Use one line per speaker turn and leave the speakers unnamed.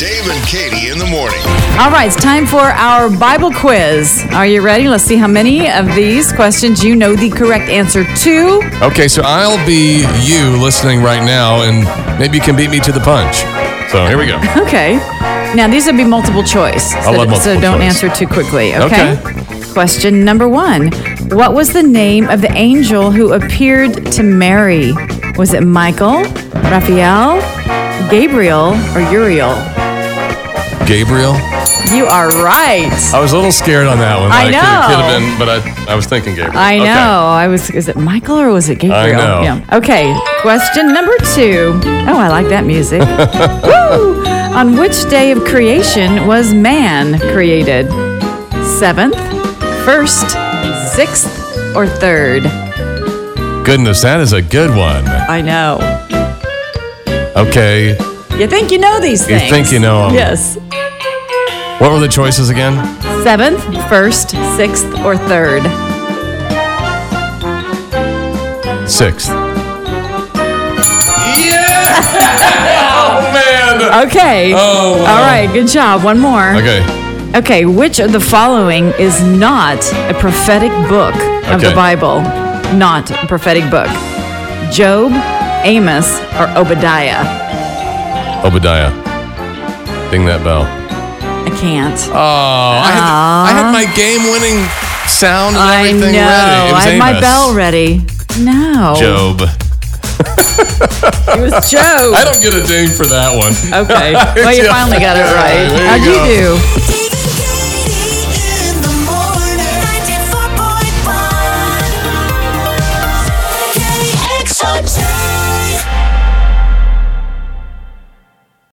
Dave and Katie in the morning.
All right, it's time for our Bible quiz. Are you ready? Let's see how many of these questions you know the correct answer to.
Okay, so I'll be you listening right now, and maybe you can beat me to the punch. So here we go.
Okay. Now, these would be multiple choice. So,
love
so
multiple
don't
choice.
answer too quickly, okay? Question number one What was the name of the angel who appeared to Mary? Was it Michael, Raphael, Gabriel, or Uriel?
Gabriel.
You are right.
I was a little scared on that one.
I
Could,
know.
could have been, but I, I was thinking Gabriel.
I know.
Okay.
I was. Is it Michael or was it Gabriel?
I know.
Yeah. Okay. Question number two. Oh, I like that music. Woo! On which day of creation was man created? Seventh, first, sixth, or third?
Goodness, that is a good one.
I know.
Okay,
You think you know these
You
things?
think you know 'em.
Yes.
what were the choices again?
Seventh, first, sixth, or third?
Sixth. Yeah! oh man.
Okay.
Oh. wow.
All right. Good job. One more.
Okay.
Okay, which of the following is not a prophetic book of the
Okay.
Bible? Not a prophetic book. Job, Amos, or Obadiah?
Obadiah. Ding that bell.
I can't.
Oh, I had, I had my game-winning sound and
I know.
everything ready. It
I
was
had my
Amos.
bell ready. No.
Job.
It was Job.
I don't get a ding for that one.
okay. Well, you
Yeah.
finally got it right.
There you
How'd you
go.
do?